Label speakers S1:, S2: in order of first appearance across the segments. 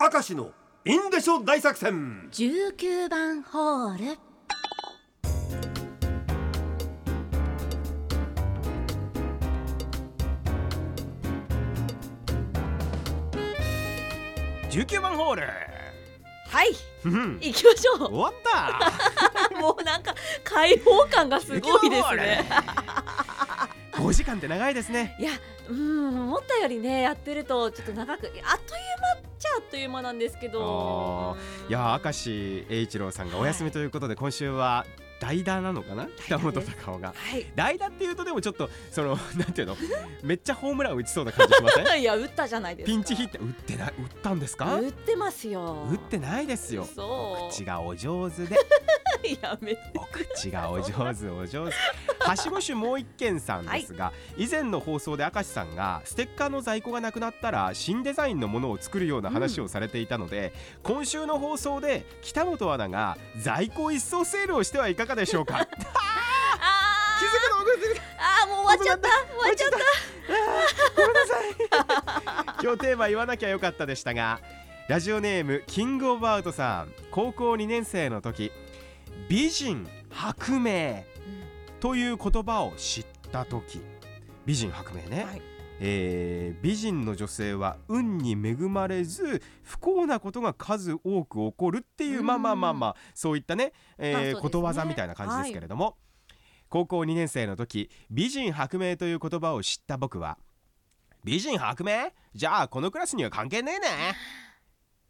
S1: 明石のインデショ大作戦
S2: 19番ホール
S3: 19番ホール
S2: はい
S3: うん
S2: 行きましょ
S3: 終わった
S2: う もうなんか開放感がすごいです ね
S3: 5時間って長いですね
S2: いやうん思ったよりねやってるとちょっと長くあっという間っちゃあっという間なんですけど
S3: あいや明石栄一郎さんがお休みということで、今週は代打なのかな北本隆夫が
S2: はい
S3: 代打っていうとでもちょっとその なんていうのめっちゃホームラン打ち そうな感じしませ ん
S2: いや打ったじゃないですか
S3: ピンチヒッター打ってない打ったんですか
S2: 打ってますよ
S3: 打ってないですよ
S2: そう
S3: お口がお上手で
S2: やめて
S3: お口がお上手お上手橋越もう一軒さんですが、以前の放送で明石さんがステッカーの在庫がなくなったら新デザインのものを作るような話をされていたので、今週の放送で北本アナが在庫一掃セールをしてはいかがでしょうか気づく
S2: あ
S3: の遅れてる
S2: ーあーもう終わっちゃった終わっちゃった
S3: 今日テーマ言わなきゃよかったでしたがラジオネームキングオブアウトさん高校2年生の時美人薄命という言葉を知った時美人薄命ね、
S2: はい
S3: えー美人の女性は運に恵まれず不幸なことが数多く起こるっていう
S2: うん
S3: まあまあまあまあそういったね,、えー
S2: まあそうですね
S3: ことわざみたいな感じですけれども、高校2年生の時美人薄命という言葉を知った僕は美人薄命じゃあこのクラスには関係ねえね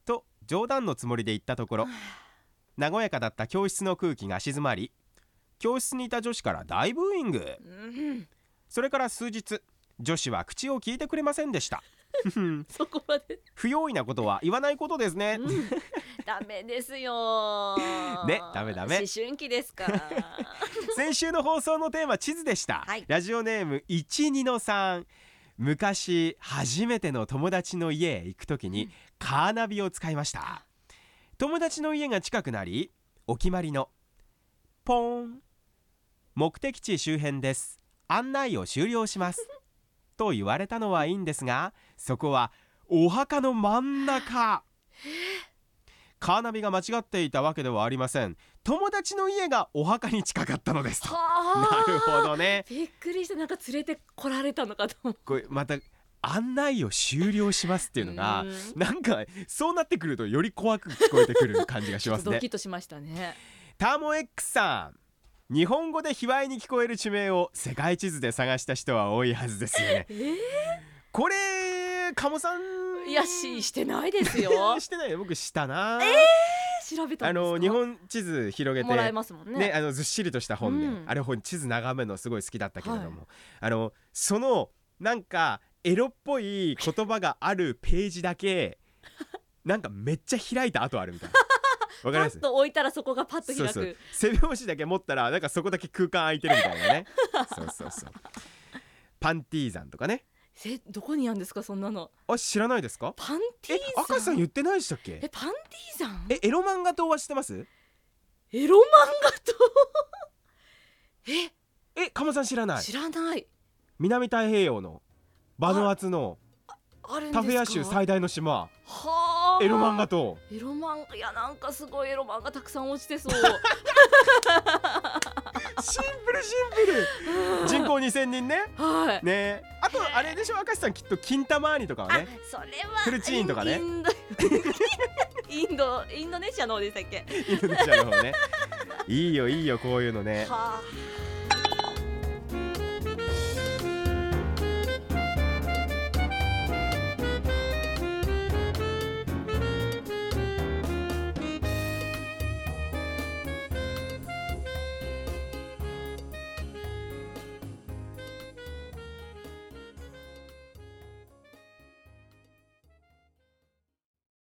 S3: と冗談のつもりで言ったところ和やかだった教室の空気が静まり教室にいた女子から大ブーイング
S2: うん
S3: それから数日女子は口を聞いてくれませんでした
S2: そこまで
S3: 不用意なことは言わないことですね、
S2: うんダメですよー
S3: ねダメダメ
S2: 思春期ですから
S3: 先週の放送のテーマ地図でした、
S2: はい
S3: ラジオネーム12の3昔初めての友達の家へ行くときにカーナビを使いました友達の家が近くなりお決まりのポーン目的地周辺です案内を終了しますと言われたのはいいんですがそこはお墓の真ん中カーナビが間違っていたわけではありません友達の家がお墓に近かったのですと
S2: は
S3: なるほ
S2: ど
S3: どね
S2: びっくりしてなんか連れてこられたのかと思っ
S3: これまた案内を終了しますって
S2: て
S3: いうのがなんかそうなってくるとより怖く聞こえてくる感じがし
S2: ちょ
S3: ま
S2: っ
S3: す
S2: とド
S3: ね
S2: キッとしましたね
S3: ターモ X さん日本語で卑猥に聞こえる地名を世界地図で探した人は多いはずですよね
S2: えー
S3: これ鴨さん
S2: いやししてないですよ
S3: してないよ僕したな、
S2: 調べた
S3: あ
S2: んですか
S3: の日本地図広げて
S2: もらえますもんね
S3: ねあのずっしりとした本で、
S2: うん
S3: あれ本地図眺めるのすごい好きだったけれども、あのそのなんかエロっぽい言葉があるページだけなんかめっちゃ開いた後あるみたいなわかり
S2: パ
S3: ま
S2: ッ
S3: す
S2: と置いたらそこがパッと開く
S3: そうそう背拍子だけ持ったらなんかそこだけ空間空いてるみたいなねそうそうそうパンティーザンとかね
S2: えどこにやんですかそんなの
S3: あ知らないですか
S2: パンティ
S3: え
S2: ーザン
S3: 赤石さん言ってないでしたっけ
S2: えパンティーザン
S3: えエロ漫画党は知ってます
S2: エロ漫画と え、
S3: え鴨さん知らない
S2: 知らない
S3: 南太平洋のバヌアツの
S2: あるんですか
S3: タフェア州最大の島
S2: はあ
S3: エロ漫画と
S2: エロ漫画いやなんかすごいエロ漫画たくさん落ちて そう
S3: シンプルシンプ ル人口2000人ね
S2: はい、
S3: ねあとあれでしょ明石さんきっと金玉兄とかは
S2: あ
S3: ね
S2: それは
S3: フルチーンとかね
S2: インド インドインドネシアの方でしたっけ
S3: インドネシアの方ねいいよいいよこういうのね
S2: はあ